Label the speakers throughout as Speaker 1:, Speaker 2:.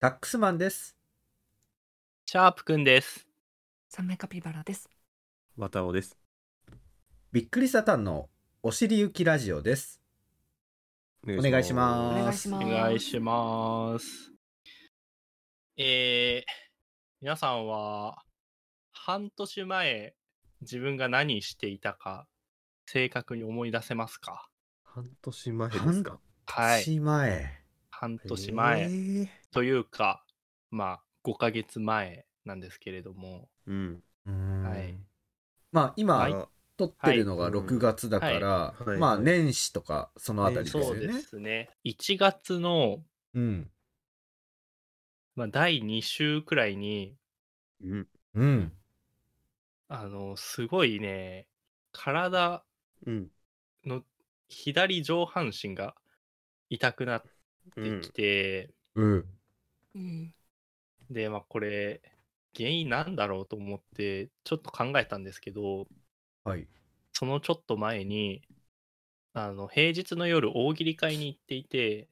Speaker 1: ダックスマンです。
Speaker 2: シャープくんです。
Speaker 3: サメカピバラです。
Speaker 4: 渡尾です。
Speaker 1: びっくりサタンのお尻行きラジオです。
Speaker 4: お
Speaker 1: お願いし
Speaker 3: お
Speaker 1: ます。
Speaker 3: 願いし
Speaker 2: お
Speaker 3: ます。
Speaker 2: 願いします。えー、皆さんは、半年前、自分が何していたか、正確に思い出せますか
Speaker 4: 半年前ですか
Speaker 2: はい。
Speaker 1: し前。
Speaker 2: 半年前、
Speaker 4: えー
Speaker 2: というか、まあ、5ヶ月前なんですけれども、
Speaker 4: うん。
Speaker 1: うーん
Speaker 2: はい
Speaker 1: まあ今、
Speaker 2: はい
Speaker 4: あ
Speaker 1: 撮ってるのが
Speaker 4: はい
Speaker 1: 6月だから、
Speaker 4: うんはい
Speaker 1: まあ
Speaker 4: はい
Speaker 1: 年始とかそのあたりです
Speaker 2: そ
Speaker 1: よ
Speaker 2: う
Speaker 1: ね。
Speaker 2: ですね。1月の、
Speaker 1: うん。
Speaker 2: まあ、第2週くらいに、
Speaker 4: うん。
Speaker 1: うん。
Speaker 2: あの、すごいね、体、
Speaker 4: うん。
Speaker 2: の左上半身が痛くなっ
Speaker 4: う
Speaker 2: て
Speaker 4: ん
Speaker 2: きて、
Speaker 1: うん。
Speaker 3: うん。
Speaker 2: でまあこれ原因なんだろうと思ってちょっと考えたんですけど
Speaker 1: はい。
Speaker 2: そのちょっと前にあの平日の夜大喜利会に行っていて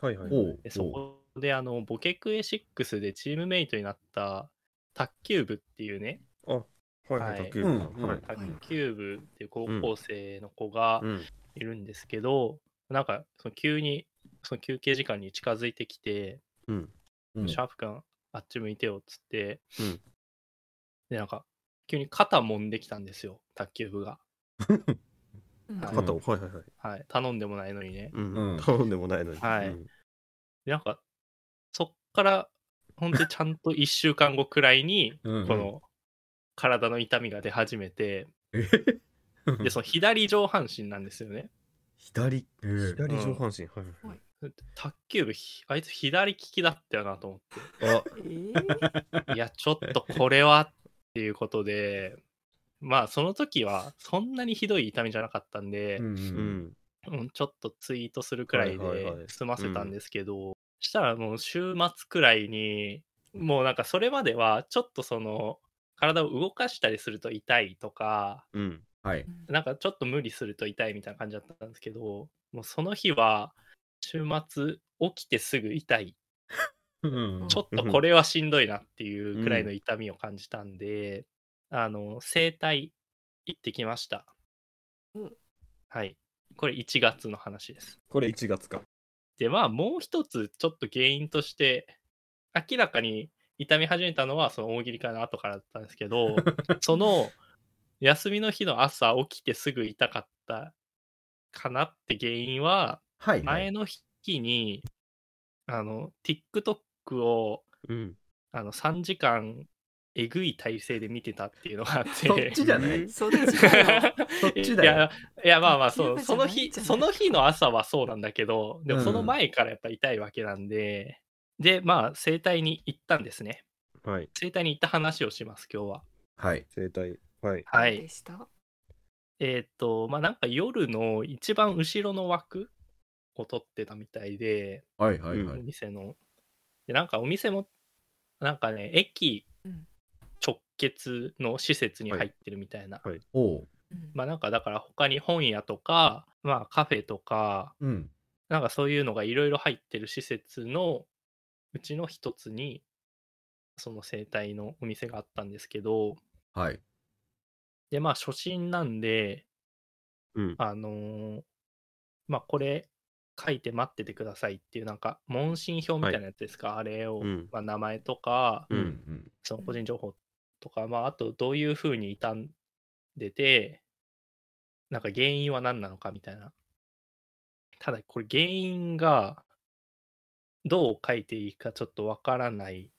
Speaker 4: はいはい。
Speaker 1: おう
Speaker 2: でそ
Speaker 1: おう
Speaker 2: こであのボケクエ6でチームメイトになった卓球部っていうね
Speaker 4: はいはい。
Speaker 2: はい
Speaker 4: 卓球
Speaker 1: うん
Speaker 4: 部はい。
Speaker 2: 卓球部っていう高校生の子が
Speaker 4: うん。
Speaker 2: いるんですけど、なんかその急にその休憩時間に近づいてきて、
Speaker 4: うん。
Speaker 1: うん
Speaker 2: シャープ君、あっち向いてよっつって、
Speaker 4: うん
Speaker 2: で、なんか、急に肩揉んできたんですよ、卓球部が。
Speaker 3: うん
Speaker 2: はい
Speaker 4: 肩を、はいはいはい。
Speaker 2: はい、頼んでもないのにね。
Speaker 4: う
Speaker 1: うん
Speaker 4: ん。頼んでもないのに。
Speaker 2: はい
Speaker 4: うん。
Speaker 2: で、なんか、そっから、本当にちゃんと1週間後くらいに、
Speaker 1: うんうん
Speaker 2: この、体の痛みが出始めて、
Speaker 1: うん
Speaker 2: で、その左上半身なんですよね。
Speaker 1: 左。えー
Speaker 4: 左上半身。はいは
Speaker 2: 卓球部、ひあいつ左利きだったよなと思っ
Speaker 4: いはい。あ、
Speaker 3: えー、
Speaker 2: て、いや、ちょっとこれはっていうことで、まあ、その時は、そんなにひどい痛みじゃなかったんで、
Speaker 1: うん
Speaker 4: う
Speaker 1: うん
Speaker 4: ん。
Speaker 2: うん、ちょっとツイートするくらい
Speaker 4: はいはい
Speaker 2: で
Speaker 4: はい
Speaker 2: 済ませたんですけど、したらもう週末くらいにもうなんかそれまではちょっとその体を動かしたりすると痛いとか
Speaker 4: うん。
Speaker 1: はい。
Speaker 2: なんかちょっと無理すると痛いみたいな感じだったんですけどもうその日は週末起きてすぐ痛い
Speaker 1: うん
Speaker 2: ちょっとこれはしんどいなっていうくらいの痛みを感じたんで、あの整体行ってきました、
Speaker 3: うん
Speaker 2: はいこれ1月の話です
Speaker 4: これ1月か。
Speaker 2: で、まあ、もう一つ、ちょっと原因として、明らかに痛み始めたのは、その大喜利会の後からだったんです けど、その、休みの日の朝起きてすぐ痛かったかなって原因は、
Speaker 1: はい。
Speaker 2: 前の日に、あの、TikTok を、
Speaker 4: うん。
Speaker 2: あの、3時間、えぐい体勢で見てたっていうのがあって。
Speaker 1: そっちじゃない
Speaker 3: そっちだよ。
Speaker 1: そっちだよ。
Speaker 2: いやいやまあまあそう
Speaker 3: キューバじゃ
Speaker 2: その
Speaker 3: ない
Speaker 2: 日
Speaker 3: じゃない
Speaker 2: その日の朝はそうなんだけどでも
Speaker 1: うん
Speaker 2: その前からやっぱ痛いわけなんで、でまあ整体に行ったんですね
Speaker 4: はい。
Speaker 2: 整体に行った話をします今日は
Speaker 1: はい。
Speaker 4: 整体。はい。
Speaker 2: は
Speaker 3: どうで
Speaker 2: い
Speaker 3: した。
Speaker 2: えーっとまあなんか夜の一番後ろの枠を取ってたみたいで
Speaker 1: はいはいは
Speaker 2: お
Speaker 1: い。
Speaker 2: 店のでなんかお店もなんかね駅
Speaker 3: うん
Speaker 2: 直結の施設に入ってるみたいな、
Speaker 1: おう。
Speaker 3: うん
Speaker 2: まあなんかだから他に本屋とかまあカフェとか
Speaker 1: うん。
Speaker 2: なんかそういうのがいろいろ入ってる施設のうちの一つに、その生態のお店があったんですけど、
Speaker 1: はい。
Speaker 2: で、まあ初心なんで、
Speaker 4: うん。
Speaker 2: あのーまあこれ書いて待っててくださいっていうなんか問診票みたいなやつですか、あれを、
Speaker 4: うん
Speaker 2: まあ名前とか、
Speaker 4: うん
Speaker 1: うん。
Speaker 2: その個人情報とか、まああとどういうふうに傷んでて、なんか原因は何なのかみたいな。ただこれ原因がどう書いていいかちょっとわから ない。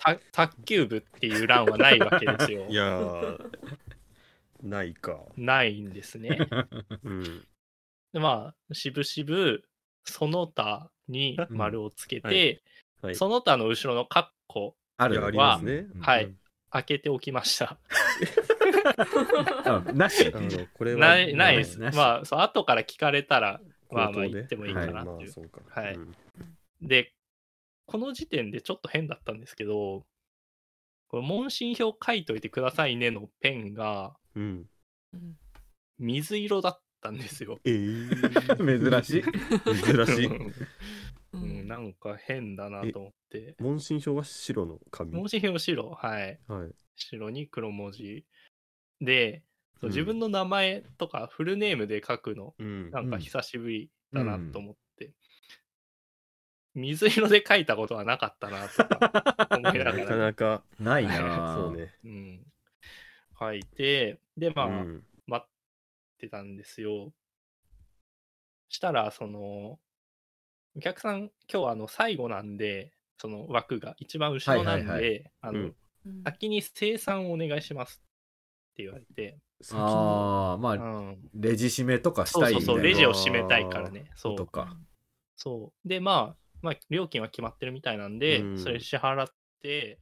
Speaker 2: た卓球部っていう欄はないわけですよ
Speaker 4: 。いやー、ないか。
Speaker 2: ないんです ね。
Speaker 4: うん。
Speaker 2: でまあ、しぶしぶその他に丸をつけて、
Speaker 4: うんはいはい。
Speaker 2: その他の後ろのカッコ
Speaker 1: あ
Speaker 4: い
Speaker 1: る
Speaker 4: やあり
Speaker 2: ま
Speaker 4: ますすね。
Speaker 2: はい
Speaker 4: うん。
Speaker 2: 開けておきました。
Speaker 1: あなし。
Speaker 4: あの、これは
Speaker 2: ないない
Speaker 1: で
Speaker 2: ですす。
Speaker 1: ね
Speaker 2: まあ、そう後から聞かれたら、まあまあ
Speaker 4: 口頭で
Speaker 2: 言ってもいいかなって
Speaker 4: はま
Speaker 2: いう。
Speaker 4: あそうか。
Speaker 2: はい
Speaker 4: うん
Speaker 2: で、この時点でちょっと変だったんですけど、これ問診票書いといてくださいねのペンが
Speaker 4: うん。
Speaker 3: うん
Speaker 2: 水色だったんですよ。
Speaker 4: えー
Speaker 1: 珍しい。
Speaker 4: 珍しい。
Speaker 2: うんなんか変だなと思って。
Speaker 4: 問診票は白の紙。
Speaker 2: 文字表白、はい。
Speaker 4: はい。
Speaker 2: 白に黒文字。で、そう
Speaker 4: うん
Speaker 2: 自分の名前とかフルネームで書くの、
Speaker 4: うん
Speaker 2: なん
Speaker 1: う
Speaker 2: か
Speaker 1: ん
Speaker 2: 久しぶりだなと思って。水色で書いたことはなかったなとか 思いなが、
Speaker 4: なから なか、
Speaker 1: ないなぁ
Speaker 4: そう。ね。
Speaker 2: うん、書いて、で、まあ、
Speaker 4: うん
Speaker 2: 待ってたんですよ。したら、その、お客さん、今日あの最後なんで、その枠が一番後ろなんで、
Speaker 1: はいはいは
Speaker 2: あの
Speaker 4: うん
Speaker 3: うん
Speaker 2: 先に生産をお願いしますって言われて、
Speaker 4: 先に
Speaker 1: ああ、ま
Speaker 2: う
Speaker 1: あ、
Speaker 2: ん、
Speaker 1: レジ締めとかし
Speaker 2: そう
Speaker 1: たい
Speaker 2: そ
Speaker 1: み
Speaker 2: う
Speaker 1: たいな
Speaker 2: そ
Speaker 4: み
Speaker 2: う、
Speaker 4: たい
Speaker 2: レジを閉めた
Speaker 4: な
Speaker 2: いからね、そ
Speaker 1: こと
Speaker 2: う。
Speaker 1: か。
Speaker 2: そうで、まあ、まあ、料金は決まってるみたいなんで、
Speaker 4: うん
Speaker 2: それ支払って、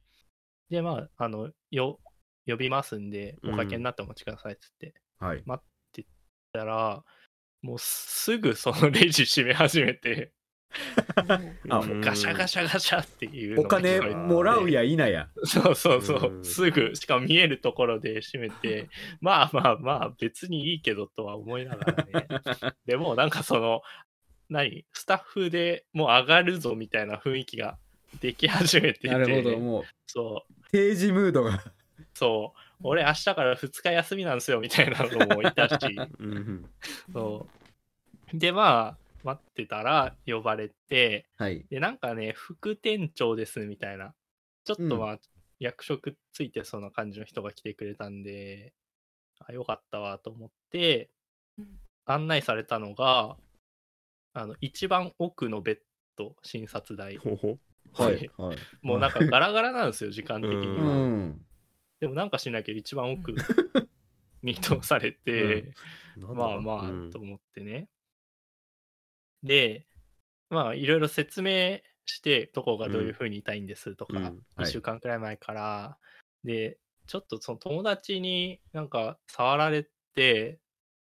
Speaker 2: で、まあ、あの、よ、呼びますんで、おかけになってお待ちくださいっつって、
Speaker 1: はい。
Speaker 2: たら、もうすぐそのレジ閉め始めて、
Speaker 1: あ
Speaker 4: うん
Speaker 2: ガシャガシャガシャっていうの
Speaker 1: お
Speaker 2: が
Speaker 1: 金
Speaker 2: 聞こえて
Speaker 1: もらうや否や。
Speaker 2: そうそうそうう、
Speaker 4: ん
Speaker 2: すぐ、しかも見えるところで閉めて、 まあまあまあ、別にいいけどとは思いながらね。でもなんかその、何、スタッフでもう上がるぞみたいな雰囲気ができ始めてて、
Speaker 1: なるほど、もう、
Speaker 2: そう、
Speaker 1: 定時ムードが。
Speaker 2: そう、俺明日から2日休みなんですよみたいなのもいたし、
Speaker 4: うんうん
Speaker 2: そう。で、まあ、待ってたら呼ばれて、
Speaker 1: はい。
Speaker 2: で、なんかね、副店長ですみたいな、ちょっ
Speaker 1: うん
Speaker 2: とまあ、役職ついてそうな感じの人が来てくれたんで、あ、よかったわと思って
Speaker 3: うん、
Speaker 2: 案内されたのが、あの、一番奥のベッド、診察台。
Speaker 4: ほほ。
Speaker 1: はい。はい。
Speaker 2: もうなんかガラガラなんですよ、時間的に
Speaker 1: う
Speaker 2: は。
Speaker 1: ん。
Speaker 2: でもなんかしなきゃ一番奥に通されて、
Speaker 4: うんなん
Speaker 2: ま
Speaker 4: だろ
Speaker 2: あ
Speaker 4: う
Speaker 2: ま
Speaker 4: うん
Speaker 2: あと思ってね。で、まあいろいろ説明して、どこがどういうふうに痛いんですと
Speaker 4: う
Speaker 2: か、
Speaker 4: ん
Speaker 1: は
Speaker 2: 1
Speaker 1: い
Speaker 2: 週間くらい前から、で、ちょっとその友達になんか触られて、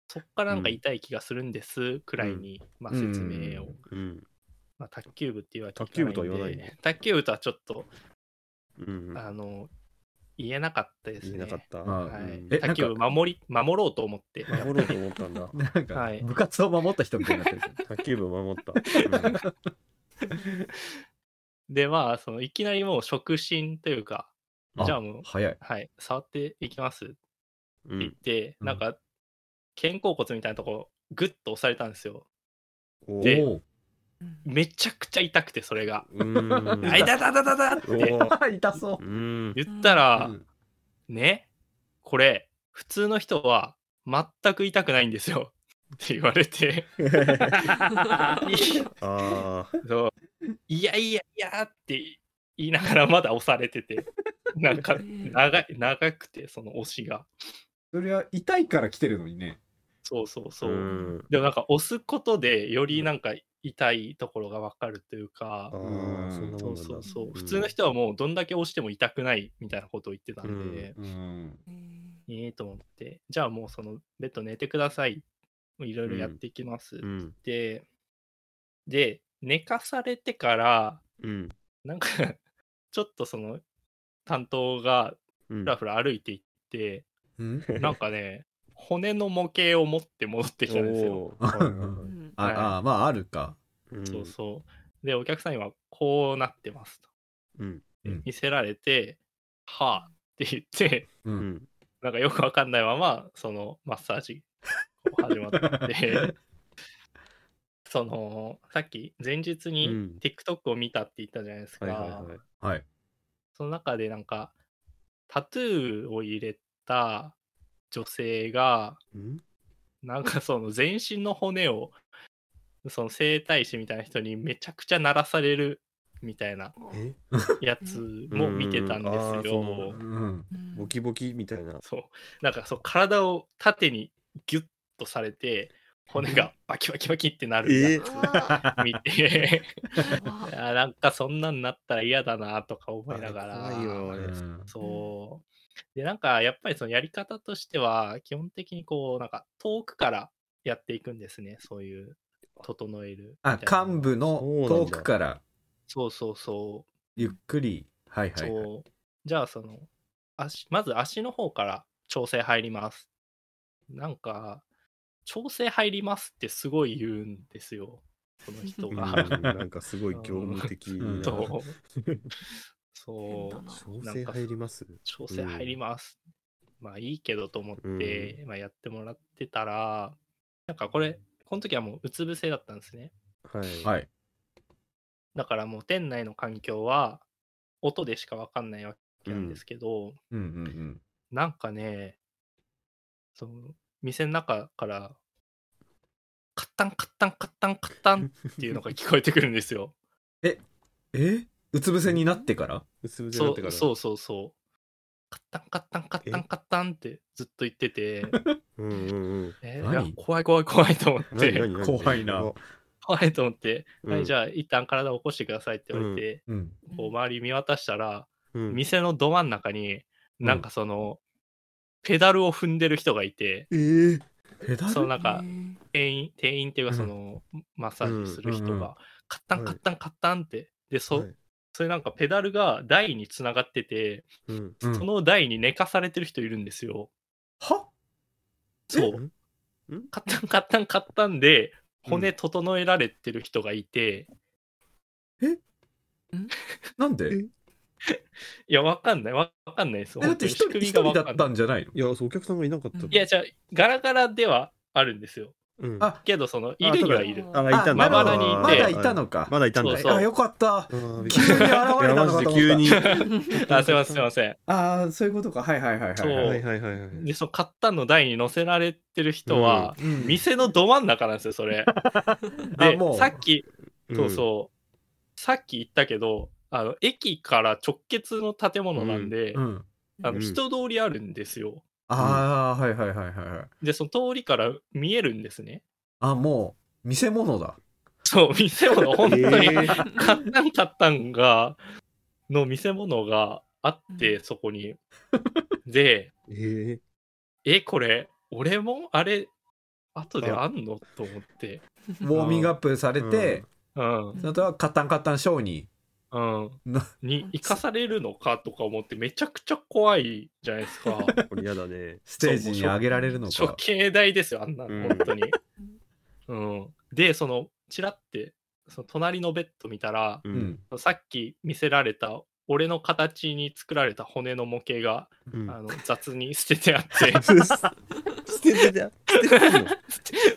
Speaker 2: そっからなんか
Speaker 4: うん
Speaker 2: 痛い気がするんですくらいに、まあ説明を、
Speaker 1: うん
Speaker 4: うん。
Speaker 2: まあ卓球部って言われて
Speaker 4: 卓球部とは言わないの
Speaker 2: 卓球部とはちょっと、
Speaker 4: うん。
Speaker 2: あの、言えなかったです
Speaker 4: 言
Speaker 2: ね。
Speaker 4: えなかった。
Speaker 1: まあ
Speaker 2: は
Speaker 4: うん
Speaker 2: い、
Speaker 1: え
Speaker 2: 卓球部守り守ろうと思ってやっ
Speaker 4: 守ろうと思ったんだ。
Speaker 1: なんか
Speaker 2: はい、
Speaker 1: 部活を守った人みたいになってる。
Speaker 4: 卓球部守った。うん
Speaker 2: で、まあ、そのいきなりもう触診というか、
Speaker 1: あ
Speaker 2: じゃあもう、
Speaker 1: 早い。
Speaker 2: はい、触っていきますって
Speaker 4: う
Speaker 2: 言っ
Speaker 4: ん。
Speaker 2: て、
Speaker 1: うん
Speaker 2: なんか、肩甲骨みたいなとこ、ぐっと押されたんですよ。
Speaker 4: お
Speaker 2: で
Speaker 4: ー
Speaker 1: お
Speaker 2: めちゃくちゃ痛くて、それが。
Speaker 4: うん。
Speaker 2: あ、痛だだだだっ
Speaker 4: お
Speaker 2: て
Speaker 4: ー
Speaker 1: お。痛そう
Speaker 4: う。ん。
Speaker 2: 言ったら、
Speaker 1: うん
Speaker 2: ね、これ、普通の人は全く痛くないんですよ。 って言わ れて、
Speaker 4: ああ。
Speaker 2: そういやいやいやって言いながらまだ押されてて、なんか長い長くて、その押しが。
Speaker 1: それは痛いから来てるのにね。
Speaker 2: そうそうそう。
Speaker 4: ん。
Speaker 2: でもなんか押すことでよりなんか痛いところがわかるというか
Speaker 4: あ、あ、そんな
Speaker 2: そ
Speaker 4: もん
Speaker 2: う
Speaker 4: なん
Speaker 2: そ
Speaker 4: だ
Speaker 2: う。そう、
Speaker 4: ん
Speaker 2: 普通の人はもうどんだけ押しても痛くないみたいなことを言ってたんで、
Speaker 1: うん。
Speaker 2: ええと思って、じゃあもうそのベッド寝てください。もういろいろやっていきます。
Speaker 4: うん。
Speaker 2: で、で、寝かされてから、
Speaker 4: うん。
Speaker 2: なんか、 ちょっとその担当が
Speaker 4: うん
Speaker 2: ふらふら歩いていって、
Speaker 1: うん
Speaker 2: なんかね、骨の模型を持って戻ってきたんですよ。
Speaker 4: おーはいはいはい
Speaker 3: うん
Speaker 1: あ、
Speaker 2: はい
Speaker 1: あ、まあ、あるか。
Speaker 4: うん
Speaker 2: そうそう。で、お客さんにはこうなってますと。
Speaker 4: うん。
Speaker 1: うん
Speaker 2: 見せられて、はあって言 って、
Speaker 1: う。
Speaker 4: うんん。
Speaker 2: なんかよくわかんないまま、そのマッサージ、こう始ま って、その、さっき前日
Speaker 4: う
Speaker 2: に
Speaker 4: ん
Speaker 2: TikTok を見たって言ったじゃないですか。
Speaker 4: はいはいはい。
Speaker 1: はい。
Speaker 2: その中でなんか、タトゥーを入れた女性が、
Speaker 4: うん。
Speaker 2: なんかその全身の骨を、その整体師みたいな人にめちゃくちゃ鳴らされるみたいな
Speaker 4: え
Speaker 2: やつも見てたんです
Speaker 4: うんあー
Speaker 2: よ。
Speaker 4: そう
Speaker 1: うん。
Speaker 4: ボキボキみたいな。
Speaker 2: そう。なんかそう、体を縦にギュッとされて、骨がバキバキバキってなるや
Speaker 3: うわ
Speaker 2: つ見 て、
Speaker 3: 怖っ
Speaker 2: あなんかそんなんなったら嫌だなとか思いなが
Speaker 4: あ
Speaker 2: ら。
Speaker 4: 怖いよあれ
Speaker 1: うん
Speaker 2: そう。で、なんかやっぱりそのやり方としては、基本的にこう、なんか遠くからやっていくんですね、そういう、整える。
Speaker 1: あ、幹。部の
Speaker 4: そうな
Speaker 1: 遠
Speaker 4: んだ
Speaker 1: くから
Speaker 2: そうそうそう。
Speaker 1: ゆっくり。はいはいはい。
Speaker 2: そうじゃあその足まず足の方から調整入りますなんか調整入りますってすごい言うんですよこの人
Speaker 4: うん
Speaker 2: が。
Speaker 4: なんかすごい業務的
Speaker 1: うん
Speaker 4: な。
Speaker 2: そう。
Speaker 3: 変
Speaker 2: そ
Speaker 3: だ
Speaker 2: う。
Speaker 3: な
Speaker 4: 調整入ります
Speaker 2: 調整入ります。まあいいけどと思って、まあ、やってもらってたら、なんかこれ、この時はもううつ伏せだったんですね。
Speaker 4: はい。
Speaker 1: はい。
Speaker 2: だからもう店内の環境は音でしかわかんないわけなんですけど、
Speaker 1: うんうん
Speaker 2: なんかね、その店の中から、カッタンカッタンカッタンカッタンっていうのが聞こえてくるんです よ。
Speaker 1: うん。えうつ伏せになってから
Speaker 4: うつ伏せにな
Speaker 2: そ
Speaker 4: ってか
Speaker 2: う
Speaker 4: ら。
Speaker 2: そうそうそう。カッタンカッタンカッタンカッタンってずっと言って て、
Speaker 4: う。うんうんうん。
Speaker 2: えい
Speaker 1: 何
Speaker 2: や怖い怖い怖いと思っ
Speaker 4: 何
Speaker 2: て、
Speaker 4: 何 何
Speaker 1: 怖いな。
Speaker 2: 怖いと思って、
Speaker 4: うん
Speaker 2: はい、じゃあ一旦体を起こしてくださいって言われて、
Speaker 1: うん。
Speaker 2: こう周り見渡したら、
Speaker 4: うん
Speaker 2: 店のど真ん中に、なんかその、ペダルを踏んでる人がいて、
Speaker 4: えー
Speaker 1: ペダ
Speaker 2: その
Speaker 1: ル
Speaker 2: なんか
Speaker 3: へー
Speaker 2: 店員店員っていう
Speaker 1: う
Speaker 2: か
Speaker 1: ん
Speaker 2: その、マッサージする
Speaker 1: う
Speaker 2: 人
Speaker 1: んうんう
Speaker 2: が、カッタンカッタンカッタンって、でそ,、
Speaker 4: はい
Speaker 2: それなんかペダルが台につながってて、
Speaker 4: うん
Speaker 1: うん
Speaker 2: その台に寝かされてる人いるんですよ。
Speaker 1: は
Speaker 2: そ
Speaker 4: え。
Speaker 2: うん
Speaker 4: ん
Speaker 2: カッタンカッタンカッタンで、
Speaker 4: うん
Speaker 2: 骨整えられてる人がいて、
Speaker 1: なんで
Speaker 4: え
Speaker 2: いや、わかんない、わわかんないです。
Speaker 1: えだって一人
Speaker 2: 本当に
Speaker 1: 一
Speaker 2: 仕組
Speaker 1: 人
Speaker 2: みが
Speaker 1: だっ
Speaker 2: わかんない
Speaker 1: たんじゃないの
Speaker 4: いや、そうお客さんがいなかった。
Speaker 3: うん
Speaker 2: いや、じゃあ、ガラガラではあるんですよ。
Speaker 4: うん
Speaker 1: あ
Speaker 2: けど、その、いるにはいる。
Speaker 4: あ、い
Speaker 1: あ
Speaker 4: たん
Speaker 2: ま
Speaker 4: だ。
Speaker 2: ばらにいて
Speaker 1: まだいたのか。
Speaker 4: まだいたんだ。
Speaker 2: そうそう
Speaker 1: あ、よかった。
Speaker 4: あーびっく
Speaker 1: 急
Speaker 4: り
Speaker 1: に
Speaker 4: し
Speaker 1: 現
Speaker 4: た
Speaker 1: れ
Speaker 4: い
Speaker 1: たのかと
Speaker 4: や、マ
Speaker 1: 思
Speaker 4: ジ
Speaker 1: っ
Speaker 4: で
Speaker 1: た。
Speaker 4: 急に。
Speaker 2: あ、すいません、すいません。
Speaker 1: ああ、そういうことか。はいはいはいはい。
Speaker 2: そう
Speaker 4: はいはいはいはい。
Speaker 2: で、その、カッタンの台に乗せられてる人は、
Speaker 1: うん
Speaker 2: 店のど真ん中なんですよ、それ。で
Speaker 1: あもう、
Speaker 2: さっき、
Speaker 4: うん
Speaker 2: そうそう、さっき言ったけど、あの、駅から直結の建物なんで、
Speaker 1: うん。
Speaker 2: あ
Speaker 4: う
Speaker 2: の
Speaker 4: ん
Speaker 2: 人通りあるんですよ。
Speaker 1: ああ、はいはいはいはいはい。
Speaker 2: で、その通りから見えるんですね。
Speaker 1: あ、もう、見せ物だ。
Speaker 2: そう、見せ 物、本当に、
Speaker 4: えー
Speaker 2: カッタンカッタンが、の見せ物があって、
Speaker 3: うん
Speaker 2: そこに。で、
Speaker 4: え
Speaker 2: え、これ、俺もあれ、後であんのと思って。
Speaker 1: ウォーミングアップされて、
Speaker 2: う
Speaker 1: そ
Speaker 2: ん。
Speaker 1: の後はカッタンカッタンショーに。
Speaker 2: うん
Speaker 1: な。
Speaker 2: に、生かされるのかとか思って、めちゃくちゃ怖いじゃないですか。
Speaker 4: ー、これやだね。
Speaker 1: ステージに上げられるの
Speaker 2: 処
Speaker 1: か。
Speaker 2: 刑台ですよ、あんな
Speaker 4: うん
Speaker 2: の、本当に。うん。で、その、ちらって、その隣のベッド見たら、
Speaker 4: う
Speaker 1: う。ん。
Speaker 2: さっき見せられた俺の形に作られた骨の模型が、
Speaker 4: うん
Speaker 2: あの雑に捨ててあって
Speaker 4: 捨ててた。 捨ててんの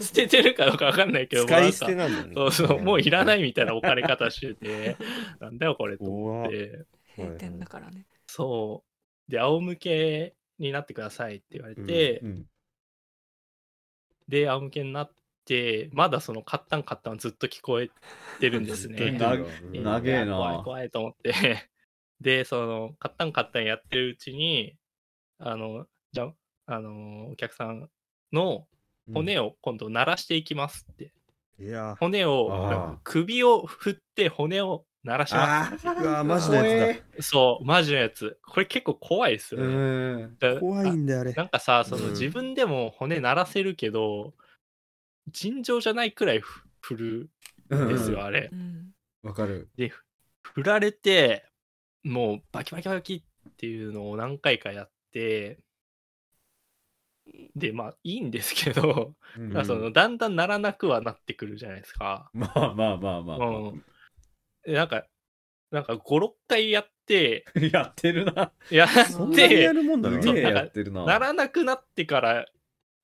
Speaker 2: 捨ててるかどうかわかんないけど
Speaker 4: 使
Speaker 2: もうないん
Speaker 4: 捨
Speaker 2: か
Speaker 4: てなんだね。。
Speaker 2: そうそうもういらないいみたいな置かれ方してて なんだよこれと思
Speaker 4: 怖
Speaker 2: っ
Speaker 4: って
Speaker 3: 閉店だからね。
Speaker 2: そうで仰向けになってくださいって言われて、
Speaker 1: うん
Speaker 2: で仰向けになってまだそのカッタンカッタンずっと聞こえてるんです
Speaker 1: ずっと
Speaker 2: ね
Speaker 1: 聞こえてる
Speaker 2: えー
Speaker 1: 長えな
Speaker 2: 怖い怖いと思って。で、その、買ったん買ったんやってるうちに、あの、じゃあ、あの、お客さんの骨を今度鳴らしていきますって。
Speaker 4: いや
Speaker 2: 骨を
Speaker 1: あー、
Speaker 2: なんか首を振って骨を鳴らしま
Speaker 4: あーうわーマジのや
Speaker 2: す。そう、マジのやつ。これ結構怖いです
Speaker 1: つ
Speaker 2: よね。
Speaker 1: だ。
Speaker 4: つだ
Speaker 2: だ
Speaker 4: 怖いんだよあれ
Speaker 2: なんかさ、その
Speaker 4: うん
Speaker 2: 自分でも骨鳴らせるけど、尋常じゃないくらいふ振る
Speaker 1: うん
Speaker 2: んです
Speaker 1: う
Speaker 2: よ、あれ。
Speaker 3: うん。
Speaker 1: んわかる。
Speaker 2: で、ふ振られて、もうバキバキバキっていうのを何回かやって、で、まあいいんですけど、
Speaker 1: うん
Speaker 2: まあそのだんだんならなくはなってくるじゃないですか。
Speaker 1: まあまあまあまあ
Speaker 2: う
Speaker 1: ま
Speaker 2: ん。でなんか、なんか5、6回やって、
Speaker 1: あ。やってるな。
Speaker 2: や
Speaker 4: そん
Speaker 2: っ
Speaker 4: なにや
Speaker 2: て、
Speaker 4: るもんだな
Speaker 1: すげえやってるな。
Speaker 2: ならなくなってから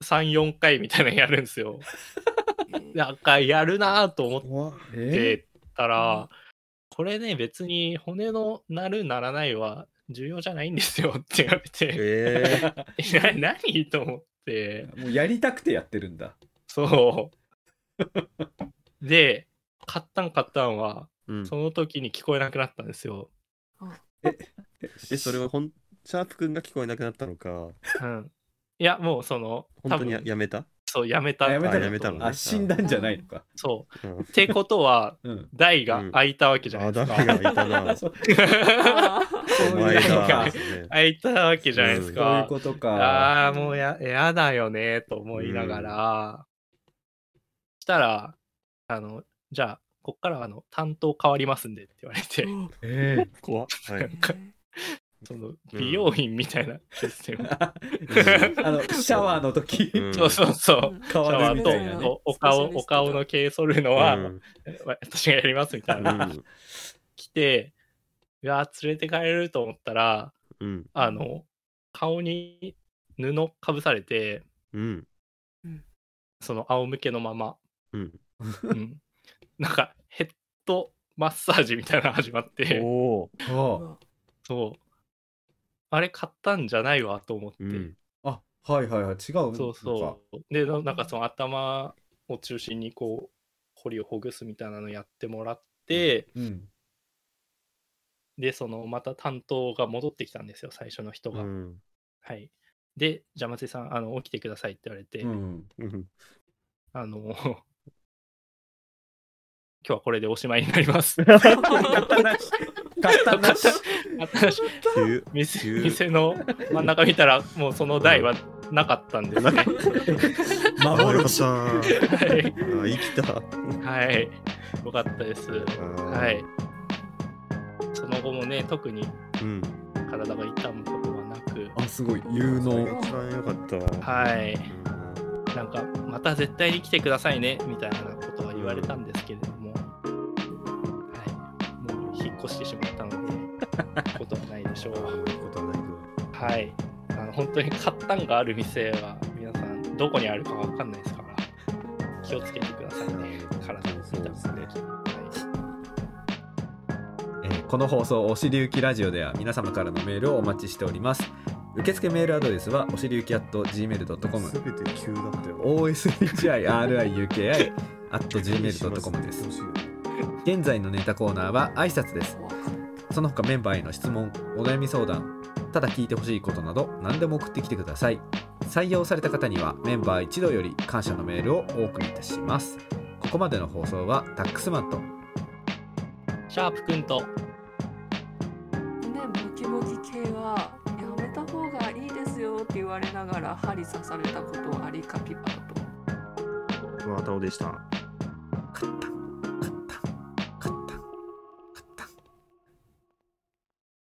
Speaker 2: 3、4回みたいなのやるんですよ。なんかやるなぁと思っ
Speaker 4: 怖っ
Speaker 1: え
Speaker 2: ってたら、これね、別に骨のなるならないは重要じゃないんですよって言われて、
Speaker 4: え ー
Speaker 2: な何と思って、
Speaker 1: もうやりたくてやってるんだ。
Speaker 2: そう。で、買ったん買ったんは、
Speaker 4: うん
Speaker 2: その時に聞こえなくなったんですよ。
Speaker 4: えそれはほんシャープくんが聞こえなくなったのか
Speaker 2: うん、いや、もうその、多
Speaker 4: 本当にや
Speaker 2: 分
Speaker 4: やめた
Speaker 2: そう、やめた
Speaker 1: あやめた
Speaker 2: んだ
Speaker 1: あ
Speaker 4: やめたのね
Speaker 1: あ、死んだんじゃないのか。
Speaker 2: そう。
Speaker 4: うん
Speaker 2: ってことは、
Speaker 1: うん。
Speaker 2: 台が開いたわけじゃな
Speaker 4: あ
Speaker 2: いです
Speaker 4: 誰
Speaker 2: か。
Speaker 4: がいた な
Speaker 1: そう
Speaker 3: あ
Speaker 1: そう
Speaker 4: お
Speaker 1: い
Speaker 4: 前
Speaker 1: うこと
Speaker 4: だ
Speaker 1: か。
Speaker 2: が
Speaker 1: そ
Speaker 4: ね
Speaker 2: 開いたわけじゃないです
Speaker 1: う
Speaker 2: か。
Speaker 1: いうことか。
Speaker 2: ああー、もうや、やだよね、と思いながら、したら、あの、じゃあ、こっからはあの、担当変わりますんでって言われて、
Speaker 3: ー
Speaker 1: ええ
Speaker 4: 怖っはい
Speaker 3: えー
Speaker 2: その美容院みたいなシステム。
Speaker 1: あ の、シャワーの時、
Speaker 4: うん
Speaker 2: そうそうそう。
Speaker 3: ん
Speaker 1: 変
Speaker 2: シャ
Speaker 1: わ
Speaker 2: ワ
Speaker 1: るみ
Speaker 2: ー
Speaker 1: たいなね。
Speaker 2: とおお顔お顔の毛剃るのは、
Speaker 4: うん
Speaker 2: 私がやりますみたいな、 来て、うわ、連れて帰れると思ったら、
Speaker 4: うん
Speaker 2: あの、顔に布かぶされて、
Speaker 4: うん
Speaker 2: その仰向けのまま、
Speaker 4: うん
Speaker 2: うん、なんかヘッドマッサージみたいなの始まって、
Speaker 4: おお
Speaker 1: おう
Speaker 3: う
Speaker 2: そう、あれ買ったんじゃないわと思って、
Speaker 4: うん
Speaker 1: あ、はいはいはい、違う。
Speaker 2: そうそう。で、ななんかその頭を中心にこう、彫りをほぐすみたいなのやってもらって、
Speaker 1: う。うん。
Speaker 2: で、そのまた担当が戻ってきたんですよ、最初の人が。
Speaker 4: うん
Speaker 2: はい。で、じゃあ松井さん、あの起きてくださいって言われて、
Speaker 1: うん。
Speaker 4: うん
Speaker 2: あの、 今日はこれでおしまいになり ます。
Speaker 1: 簡単 な。
Speaker 2: 新しい
Speaker 4: 急
Speaker 2: 店
Speaker 4: 急
Speaker 2: 店の真ん中見たら、もうその台はなかったんですね。
Speaker 4: あよかっ
Speaker 1: 幻
Speaker 4: たあ
Speaker 2: はい。
Speaker 4: 生きた
Speaker 2: はい。よかったです。
Speaker 4: は
Speaker 2: はい。その後もね、特に
Speaker 4: うん
Speaker 2: 体が痛むことはなく、
Speaker 1: あ、すごい、有
Speaker 4: そ
Speaker 1: 能。
Speaker 4: れが一番良かったわ
Speaker 2: はい。なんか、また絶対に来てくださいね、みたいなことは言われたんですけれども、はい。もう引っ越してしまったので、ことはないでしょ
Speaker 4: うん
Speaker 2: う。
Speaker 4: いいことはないけど
Speaker 2: はい。あの本当に買ったんがある店は、皆さん、どこにあるかわかんないですから、気をつけてくださいね。体については
Speaker 4: そうですね
Speaker 2: はい
Speaker 1: えーこの放送「おしりゆきラジオ」では皆様からのメールをお待ちしております受付メールアドレスはおしりゆき at gmail.com
Speaker 4: 全て急だったよ
Speaker 1: oshiriuki at gmail.com です
Speaker 4: しいよ
Speaker 1: 現在のネタコーナーは挨拶ですその他メンバーへの質問お悩み相談ただ聞いてほしいことなど何でも送ってきてください採用された方にはメンバー一同より感謝のメールをお送りいたしますここまでの放送はタックスマンと
Speaker 2: シャープくんと、
Speaker 3: ねボキボキ系はやめた方がいいですよって言われながら針刺されたことありかピパと
Speaker 4: 桑田尾でした
Speaker 1: カッタン